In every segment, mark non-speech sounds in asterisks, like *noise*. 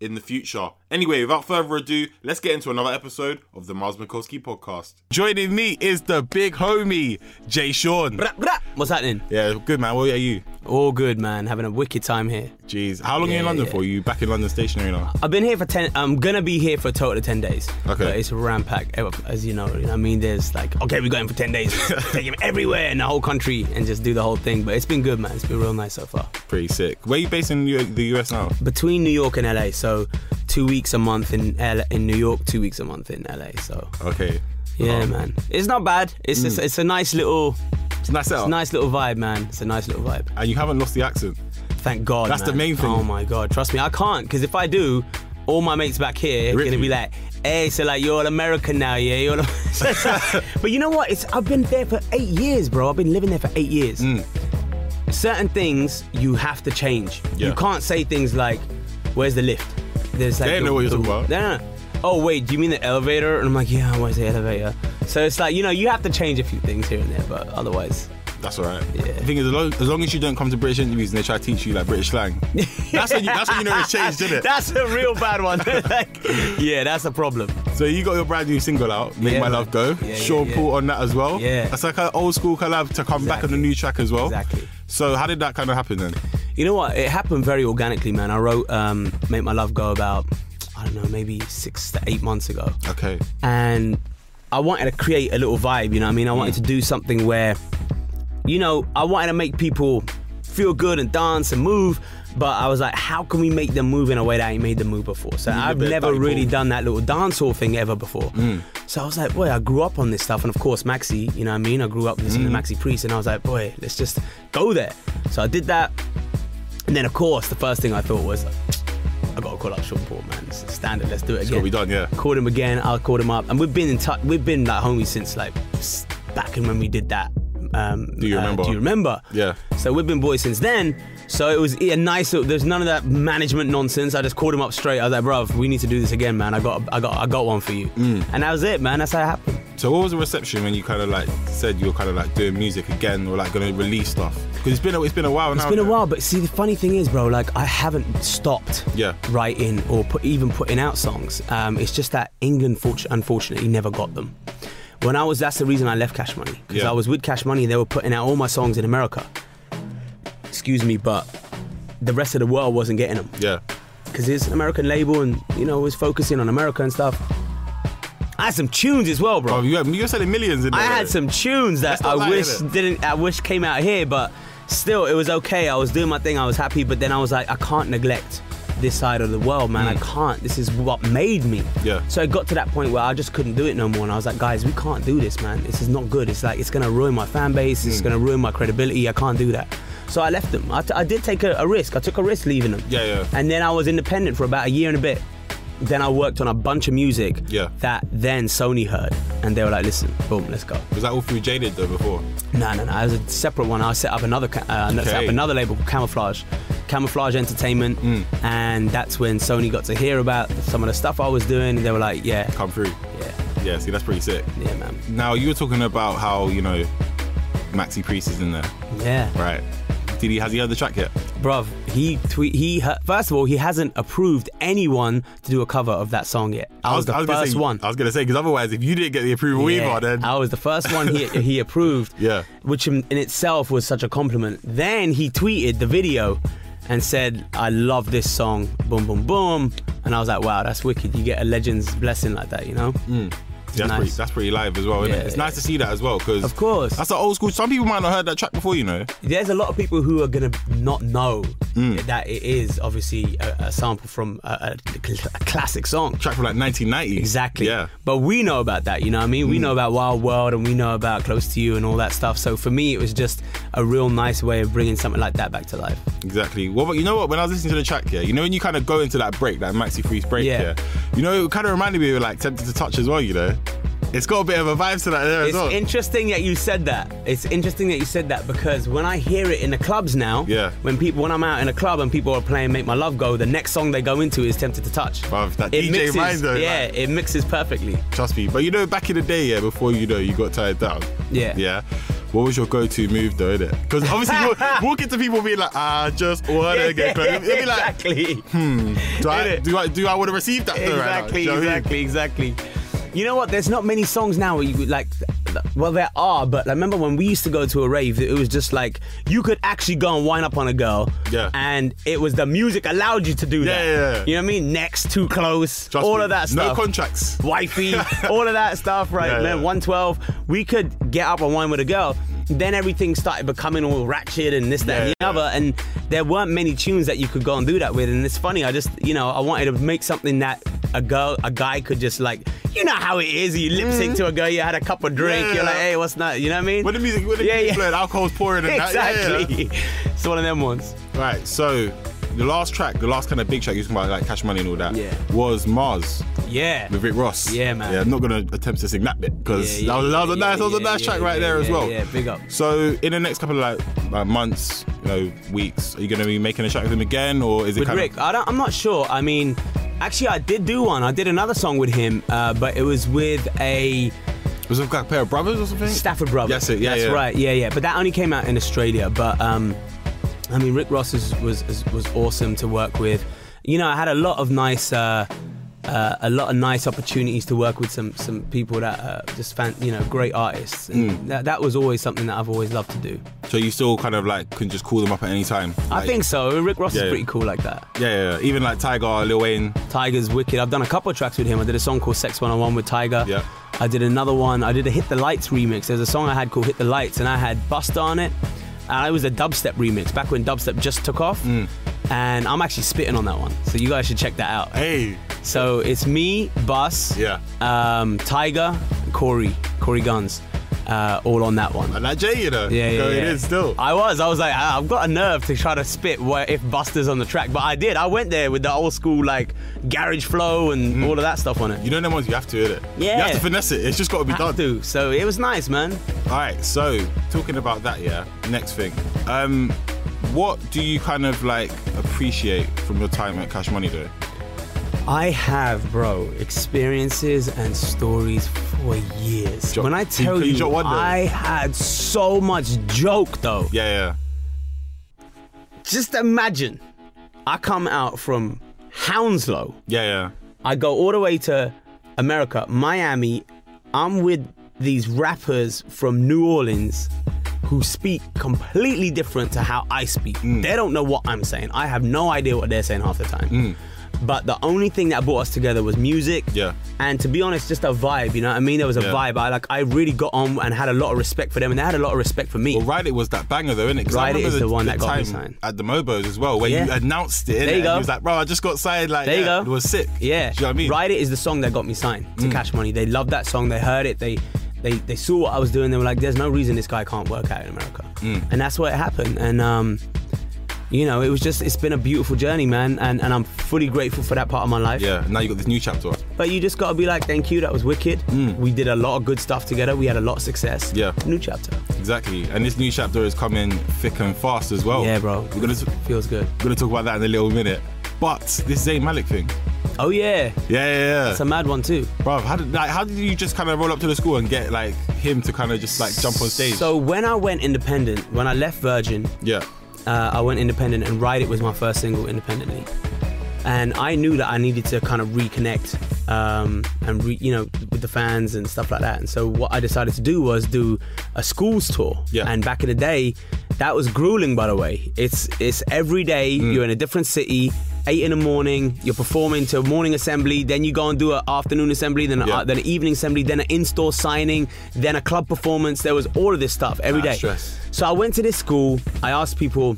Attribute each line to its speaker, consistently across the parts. Speaker 1: in the future. Anyway, without further ado, let's get into another episode of the Mars Mikowski podcast.
Speaker 2: Joining me is the big homie, Jay Sean.
Speaker 3: Brah, brah. What's happening?
Speaker 2: Yeah, good man. What are you?
Speaker 3: All good, man. Having a wicked time here.
Speaker 2: Jeez, how long are you in
Speaker 3: Yeah,
Speaker 2: London
Speaker 3: yeah.
Speaker 2: for? You back in London stationary now?
Speaker 3: I've been here for 10, I'm gonna be here for a total of 10 days.
Speaker 2: Okay.
Speaker 3: But it's rampack, Eh, as you know. you know what I mean, there's like, okay, we're going for
Speaker 2: *laughs*
Speaker 3: 10 days. Take him everywhere in the whole country and just do the whole thing. But it's been good, man. It's been real nice so far.
Speaker 2: Pretty sick. Where you based in U- the US now?
Speaker 3: Between New York and LA, so two weeks a month in L- in New York, two weeks a month in LA. So,
Speaker 2: Okay.
Speaker 3: yeah,
Speaker 2: Oh, Hmm.
Speaker 3: man. It's not bad. It's, just, it's a nice little,
Speaker 2: It's a nice setup.
Speaker 3: nice little vibe, man. It's a nice little vibe.
Speaker 2: And you haven't lost the accent.
Speaker 3: Thank God.
Speaker 2: That's the
Speaker 3: man.
Speaker 2: main thing.
Speaker 3: Oh my God, trust me, I can't because if I do, all my mates back here are
Speaker 2: Rip
Speaker 3: gonna
Speaker 2: you.
Speaker 3: be like, "Hey, so like you're all American now, yeah?" You're all... *laughs*
Speaker 2: *laughs*
Speaker 3: but you know what? It's I've been there for eight years, bro. I've been living there for eight years.
Speaker 2: Mm.
Speaker 3: Certain things you have to change.
Speaker 2: Yeah.
Speaker 3: You can't say things like, "Where's the lift?" There's like
Speaker 2: They
Speaker 3: the-
Speaker 2: know what you're
Speaker 3: the-
Speaker 2: talking about.
Speaker 3: No, no, no. Oh wait, do you mean the elevator? And I'm like, yeah, where's the elevator? So it's like you know you have to change a few things here and there, but otherwise,
Speaker 2: That's all right.
Speaker 3: Yeah.
Speaker 2: The thing is, as long, as long as you don't come to British interviews and they try to teach you like British
Speaker 3: *laughs*
Speaker 2: slang, that's when you, that's when you know it's changed, isn't it?
Speaker 3: that's a real bad one. *laughs* Like, yeah, that's a problem.
Speaker 2: So you got your brand new single out, Make
Speaker 3: Yeah,
Speaker 2: My
Speaker 3: man.
Speaker 2: Love Go.
Speaker 3: Yeah, yeah,
Speaker 2: Sean
Speaker 3: yeah.
Speaker 2: Paul on that as well.
Speaker 3: Yeah.
Speaker 2: That's like an old school collab to come back on the
Speaker 3: Exactly.
Speaker 2: new track as well.
Speaker 3: Exactly.
Speaker 2: So how did that kind of happen then?
Speaker 3: You know what? It happened very organically, man. I wrote um, "Make My Love Go" about I don't know, maybe six to eight months ago,
Speaker 2: Okay.
Speaker 3: and I wanted to create a little vibe. You know, what I mean, I wanted
Speaker 2: Mm.
Speaker 3: to do something where, you know, I wanted to make people feel good and dance and move. But I was like, how can we make them move in a way that I ain't made them move before? So
Speaker 2: need a
Speaker 3: I've
Speaker 2: bit of Mm.
Speaker 3: never
Speaker 2: Daddy
Speaker 3: really
Speaker 2: Paul.
Speaker 3: done that little dance hall thing ever before. So I was like, boy, I grew up on this stuff. And of course, Maxi, you know what I mean? I grew up listening
Speaker 2: Mm.
Speaker 3: to Maxi Priest and I was like, boy, let's just go there. So I did that. And then, of course, the first thing I thought was, I gotta call up Sean Paul, man. It's standard. Let's do it again.
Speaker 2: gotta be done, yeah.
Speaker 3: Called him again. I called him up, and we've been in touch. We've been like homies since like s- back in when we did that. Um,
Speaker 2: Do you
Speaker 3: uh,
Speaker 2: remember?
Speaker 3: do you remember?
Speaker 2: Yeah.
Speaker 3: So we've been boys since then. So it was a nice. There's none of that management nonsense. I just called him up straight. I was like, "Bruv, we need to do this again, man. I got, I got, I got one for you."
Speaker 2: Mm.
Speaker 3: And that was it, man. That's how it happened.
Speaker 2: So what was the reception when you kind of like said you were kind of like doing music again or like going to release stuff? Because it's been a, it's been a while now.
Speaker 3: It's been a
Speaker 2: innit?
Speaker 3: while, but see, the funny thing is, bro, like I haven't stopped
Speaker 2: Yeah.
Speaker 3: writing or put, even putting out songs. Um, it's just that England, fort- unfortunately, never got them. When I was, that's the reason I left Cash Money because
Speaker 2: Yeah.
Speaker 3: I was with Cash Money. They were putting out all my songs in America. Excuse me, but the rest of the world wasn't getting them
Speaker 2: Yeah.
Speaker 3: because it's an American label, and you know, it was focusing on America and stuff. I had some tunes as well, bro.
Speaker 2: Oh, you had, you were selling millions in there.
Speaker 3: I had
Speaker 2: though.
Speaker 3: some tunes
Speaker 2: That's
Speaker 3: that
Speaker 2: not
Speaker 3: I
Speaker 2: bad,
Speaker 3: wish
Speaker 2: is it?
Speaker 3: didn't I wish came out here, but still it was okay. I was doing my thing, I was happy, but then I was like, I can't neglect this side of the world, man. I can't. This is what made me.
Speaker 2: Mm. Yeah.
Speaker 3: So it got to that point where I just couldn't do it no more. And I was like, guys, we can't do this, man. This is not good. It's like it's gonna ruin my fan base,
Speaker 2: Mm.
Speaker 3: it's gonna ruin my credibility. I can't do that. So I left them. I, t- I did take a, a risk. I took a risk leaving them.
Speaker 2: Yeah, yeah.
Speaker 3: And then I was independent for about a year and a bit. Then I worked on a bunch of music
Speaker 2: Yeah.
Speaker 3: that then Sony heard, and they were like, "Listen, boom, let's go."
Speaker 2: Was that all through Jaded though before?
Speaker 3: No, no, no. It was a separate one. I set up another ca- uh, set
Speaker 2: Okay.
Speaker 3: up another label, called Camouflage, Camouflage Entertainment, and that's when Sony got to hear about some of the stuff I was doing, and they were like, "Yeah,
Speaker 2: Come through.
Speaker 3: yeah,
Speaker 2: Yeah, Yeah, see, that's pretty sick.
Speaker 3: Yeah, man.
Speaker 2: Now you were talking about how you know Maxi Priest is in there,
Speaker 3: Yeah.
Speaker 2: right? Did he has he heard the track yet?
Speaker 3: Bruv, he tweet he ha- first of all he hasn't approved anyone to do a cover of that song yet. I, was, the
Speaker 2: gonna
Speaker 3: first
Speaker 2: say,
Speaker 3: one.
Speaker 2: I was gonna say because otherwise, if you didn't get the approval
Speaker 3: Yeah,
Speaker 2: either, then
Speaker 3: I was the first one he he approved.
Speaker 2: *laughs* Yeah.
Speaker 3: which in, in itself was such a compliment. Then he tweeted the video and said, "I love this song, boom boom boom," and I was like, "Wow, that's wicked! You get a legend's blessing like that, you know."
Speaker 2: Mm. Yeah, that's,
Speaker 3: Nice.
Speaker 2: pretty, that's pretty live as well, isn't
Speaker 3: Yeah,
Speaker 2: it? It's
Speaker 3: yeah.
Speaker 2: nice to see that as well because
Speaker 3: Of course.
Speaker 2: that's an old school. Some people might not heard that track before, you know.
Speaker 3: There's a lot of people who are gonna not know
Speaker 2: Mm.
Speaker 3: that it is obviously a, a sample from a, a, cl- a classic song.
Speaker 2: Track from like 1990.
Speaker 3: Exactly.
Speaker 2: Yeah. Mm.
Speaker 3: But we know about that, you know what I mean? We know about Wild World and we know about Close to You and all that stuff. So for me, it was just a real nice way of bringing something like that back to life.
Speaker 2: Exactly. Well, but you know what? When I was listening to the track, yeah, you know when you kind of go into that break, that maxi freeze break,
Speaker 3: Yeah.
Speaker 2: yeah, you know it kind of reminded me of like tempted to touch as well. You know, it's got a bit of a vibe to that there as
Speaker 3: It's
Speaker 2: well.
Speaker 3: interesting that you said that. It's interesting that you said that because when I hear it in the clubs now,
Speaker 2: Yeah.
Speaker 3: when people when I'm out in a club and people are playing Make My Love Go, the next song they go into is Tempted to Touch.
Speaker 2: Bruv, that
Speaker 3: it
Speaker 2: DJ
Speaker 3: mixes,
Speaker 2: mind though,
Speaker 3: yeah,
Speaker 2: like-
Speaker 3: it mixes perfectly.
Speaker 2: Trust me. But you know, back in the day, yeah, before you know you got tired down.
Speaker 3: Yeah.
Speaker 2: Yeah. What was your go-to move though, innit? Because obviously we'll,
Speaker 3: *laughs*
Speaker 2: we'll get to people being like, I just wanna get close. It'll be like,
Speaker 3: exactly.
Speaker 2: do I,
Speaker 3: Innit?
Speaker 2: do I do I wanna receive that though *laughs* right now? Do
Speaker 3: exactly,
Speaker 2: you know what I mean?
Speaker 3: exactly, exactly. You know what? There's not many songs now where you would, like. Well, there are, but I remember when we used to go to a rave, it was just like you could actually go and wind up on a girl.
Speaker 2: Yeah.
Speaker 3: And it was the music allowed you to do that.
Speaker 2: yeah, yeah.
Speaker 3: You know what I mean? Next, too close,
Speaker 2: Trust
Speaker 3: all
Speaker 2: me,
Speaker 3: of that
Speaker 2: No
Speaker 3: stuff.
Speaker 2: contracts. *laughs*
Speaker 3: Wifey, all of that stuff, right?
Speaker 2: Yeah,
Speaker 3: man,
Speaker 2: yeah.
Speaker 3: 112. We could get up and wine with a girl. Then everything started becoming all ratchet and this, that,
Speaker 2: Yeah,
Speaker 3: and the
Speaker 2: yeah.
Speaker 3: other. And there weren't many tunes that you could go and do that with. And it's funny, I just, you know, I wanted to make something that a girl, a guy could just like, you know how it is. You lip sync to a girl, you had a cup of drink,
Speaker 2: Yeah,
Speaker 3: you're like,
Speaker 2: Mm. yeah.
Speaker 3: hey, what's that? You know what I mean?
Speaker 2: When the
Speaker 3: *laughs*
Speaker 2: music, when the
Speaker 3: Yeah,
Speaker 2: music
Speaker 3: yeah.
Speaker 2: playing, alcohol's pouring and that. yeah, yeah.
Speaker 3: exactly. It's one of them ones.
Speaker 2: Right, so the last track, the last kind of big track you was talking about, like Cash Money and all that,
Speaker 3: Yeah.
Speaker 2: was Mars
Speaker 3: Yeah.
Speaker 2: with Rick Ross.
Speaker 3: Yeah, man.
Speaker 2: Yeah, I'm not gonna attempt to sing that bit because
Speaker 3: Yeah,
Speaker 2: that was,
Speaker 3: yeah,
Speaker 2: that was a
Speaker 3: yeah,
Speaker 2: nice, that was a
Speaker 3: yeah,
Speaker 2: nice
Speaker 3: yeah,
Speaker 2: track
Speaker 3: yeah,
Speaker 2: right there as
Speaker 3: yeah,
Speaker 2: well.
Speaker 3: yeah, big up.
Speaker 2: So in the next couple of like, like months, you know, weeks, are you gonna be making a track with him again, or is it
Speaker 3: with
Speaker 2: kind
Speaker 3: Rick.
Speaker 2: of
Speaker 3: I don't, I'm not sure. I mean, actually, I did do one. I did another song with him, uh, but it was with a
Speaker 2: was it like a pair of brothers or something?
Speaker 3: Stafford brother.
Speaker 2: That's it. Yeah,
Speaker 3: that's
Speaker 2: yeah.
Speaker 3: right. Yeah, yeah. But that only came out in Australia. But um, I mean, Rick Ross is, was is, was awesome to work with. You know, I had a lot of nice. Uh, uh, a lot of nice opportunities to work with some some people that uh, just fan, you know, great artists. And
Speaker 2: Hmm.
Speaker 3: that, that was always something that I've always loved to do.
Speaker 2: So you still kind of like can just call them up at any time.
Speaker 3: I
Speaker 2: Like-
Speaker 3: think so. Rick Ross
Speaker 2: Yeah,
Speaker 3: is
Speaker 2: yeah.
Speaker 3: pretty cool like that.
Speaker 2: Yeah, yeah, yeah. Even like Tiger, Lil Wayne.
Speaker 3: Tiger's wicked. I've done a couple of tracks with him. I did a song called Sex 101 with Tiger.
Speaker 2: Yeah.
Speaker 3: I did another one. I did a Hit the Lights remix. There's a song I had called Hit the Lights, and I had Busta on it. And it was a dubstep remix back when dubstep just took off.
Speaker 2: Mm.
Speaker 3: And I'm actually spitting on that one. So you guys should check that out.
Speaker 2: Hey.
Speaker 3: So it's me, Bus,
Speaker 2: Yeah.
Speaker 3: um, Tiger, and Corey, Corey Guns, uh, all on that one.
Speaker 2: And that Jay, you know.
Speaker 3: Yeah, yeah,
Speaker 2: Going
Speaker 3: yeah.
Speaker 2: in still.
Speaker 3: I was. I was like, I- I've got a nerve to try to spit where if Buster's on the track, but I did. I went there with the old school like garage flow and
Speaker 2: Mm.
Speaker 3: all of that stuff on it.
Speaker 2: you know them ones you have to hit it. You
Speaker 3: Yeah.
Speaker 2: have to finesse it. It's just got to be done.
Speaker 3: Have to. So it was nice, man.
Speaker 2: All right, so talking about that, yeah. Next thing, um, what do you kind of like appreciate from your time at Cash Money though?
Speaker 3: I have, bro, experiences and stories for years.
Speaker 2: Drop-
Speaker 3: when I
Speaker 2: Can you
Speaker 3: tell
Speaker 2: please
Speaker 3: you,
Speaker 2: drop one, though?
Speaker 3: I had so much joke though.
Speaker 2: Yeah,
Speaker 3: Just imagine, I come out from Hounslow.
Speaker 2: yeah, yeah,
Speaker 3: I go all the way to America, Miami. I'm with these rappers from New Orleans who speak completely different to how I speak.
Speaker 2: Mm.
Speaker 3: They don't know what I'm saying. I have no idea what they're saying half the time. But the only thing that brought us together was music.
Speaker 2: Mm. Yeah.
Speaker 3: And to be honest, just a vibe, you know what I mean? There was a
Speaker 2: Yeah.
Speaker 3: vibe. I like I really got on and had a lot of respect for them and they had a lot of respect for me.
Speaker 2: yeah. Well, Ride It was that banger though, innit? 'Cause I
Speaker 3: Ride It
Speaker 2: remember
Speaker 3: is the one that got me
Speaker 2: time
Speaker 3: signed.
Speaker 2: at the Mobos as well, where you
Speaker 3: Yeah.
Speaker 2: announced it.
Speaker 3: There you
Speaker 2: innit? And
Speaker 3: go.
Speaker 2: was like, bro, I just got signed. Like,
Speaker 3: There you
Speaker 2: yeah,
Speaker 3: go.
Speaker 2: It was sick.
Speaker 3: Yeah.
Speaker 2: Do you know what I mean? Mm.
Speaker 3: Ride It is the song that got me signed to Cash Money. They loved that song. They heard it. They they they saw what I was doing. They were like, "There's no reason this guy can't work out in America."
Speaker 2: Mm.
Speaker 3: And that's what happened. And um, you know, it was just it's been a beautiful journey, man. And and I'm fully grateful for that part of my life.
Speaker 2: Yeah. Now you got this new chapter.
Speaker 3: But you just gotta be like, "Thank you. That was wicked. We did a lot of good stuff together. We had a lot of success.
Speaker 2: Mm. Yeah.
Speaker 3: New chapter.
Speaker 2: Exactly. And this new chapter is coming thick and fast as well.
Speaker 3: Yeah, bro.
Speaker 2: Oh. We're gonna t-
Speaker 3: Feels good.
Speaker 2: we're gonna talk about that in a little minute. But this Zayn Malik thing.
Speaker 3: Oh yeah,
Speaker 2: Yeah, yeah, yeah.
Speaker 3: it's a mad one too.
Speaker 2: Bro, how did like how did you just kind of roll up to the school and get like him to kind of just like jump on stage?
Speaker 3: So when I went independent, when I left Virgin,
Speaker 2: yeah,
Speaker 3: uh, I went independent, and Ride It was my first single independently. And I knew that I needed to kind of reconnect um, and re- you know with the fans and stuff like that. And so what I decided to do was do a schools tour.
Speaker 2: Yeah.
Speaker 3: And back in the day, that was grueling. By the way, it's it's every day
Speaker 2: Mm.
Speaker 3: you're in a different city. Eight in the morning, you're performing to a morning assembly, then you go and do an afternoon assembly, then, a,
Speaker 2: Yeah.
Speaker 3: then an evening assembly, then an in-store signing, then a club performance. There was all of this stuff every
Speaker 2: Nah,
Speaker 3: day.
Speaker 2: stress.
Speaker 3: So I went to this school. I asked people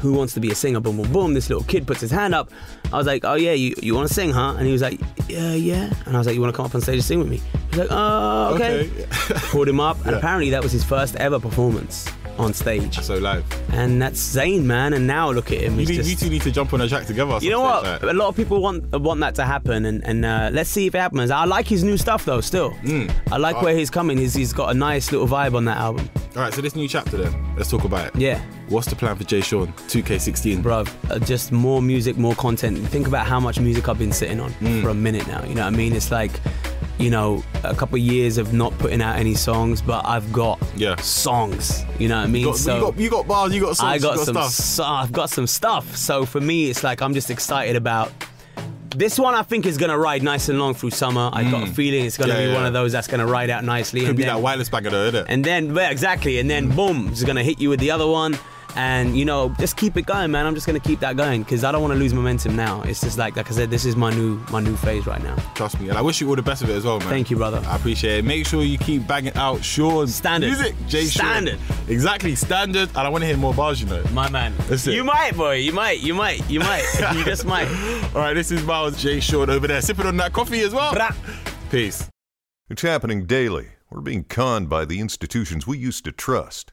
Speaker 3: who wants to be a singer. Boom, boom, boom. This little kid puts his hand up. I was like, oh yeah, you, you want to sing, huh? And he was like, yeah, yeah. And I was like, you want to come up on stage and sing with me? He's like, oh, okay.
Speaker 2: Okay.
Speaker 3: *laughs* Pulled him up, and
Speaker 2: Yeah.
Speaker 3: apparently that was his first ever performance on stage.
Speaker 2: so live.
Speaker 3: And that's Zane, man. And now look at him.
Speaker 2: You,
Speaker 3: He's
Speaker 2: need,
Speaker 3: just,
Speaker 2: you two need to jump on a track together. or
Speaker 3: you know
Speaker 2: something like
Speaker 3: what? A
Speaker 2: that.
Speaker 3: lot of people want want that to happen, and and uh, let's see if it happens. I like his new stuff though. Still,
Speaker 2: Mm.
Speaker 3: I like where he's coming. He's he's got a nice little vibe on that album.
Speaker 2: All right, so this new chapter then. Let's talk about it.
Speaker 3: Yeah.
Speaker 2: What's the plan for Jay Sean? 2K16.
Speaker 3: bruv, uh, just more music, more content. Think about how much music I've been sitting on
Speaker 2: Mm.
Speaker 3: for a minute now. You know what I mean? It's like, you know, a couple of years of not putting out any songs, but I've got
Speaker 2: Yeah.
Speaker 3: songs. You know what I mean?
Speaker 2: You got, you, got, you got bars, you got songs,
Speaker 3: I
Speaker 2: you
Speaker 3: got,
Speaker 2: got
Speaker 3: some.
Speaker 2: stuff.
Speaker 3: So, I've got some stuff. So for me, it's like I'm just excited about. This one I think is gonna ride nice and long through summer. I got a feeling it's gonna
Speaker 2: Mm. Yeah,
Speaker 3: be
Speaker 2: yeah.
Speaker 3: one of those that's gonna ride out nicely.
Speaker 2: Could
Speaker 3: and
Speaker 2: be
Speaker 3: then-
Speaker 2: that wireless banger though, isn't it?
Speaker 3: and then well, exactly, and then boom, it's gonna hit you with the other one, and you know, just keep it going, man. I'm just gonna keep that going because I don't want to lose momentum now. It's just like, like I said, this is my new my new phase right now.
Speaker 2: Trust me. And I wish you all the best of it as well, man.
Speaker 3: Thank you, brother.
Speaker 2: I appreciate it. Make sure you keep banging out Sean's
Speaker 3: Standard.
Speaker 2: music. Jay Sean.
Speaker 3: Standard.
Speaker 2: Exactly, standard. And I want to hear more bars,
Speaker 3: *laughs*
Speaker 2: you know.
Speaker 3: My man,
Speaker 2: That's it.
Speaker 3: you might, boy, you might, you might, you might, *laughs* you just might.
Speaker 2: All right, this is Miles Jay Sean over there sipping on that coffee as well.
Speaker 3: Brah.
Speaker 2: Peace.
Speaker 4: It's happening daily. We're being conned by the institutions we used to trust.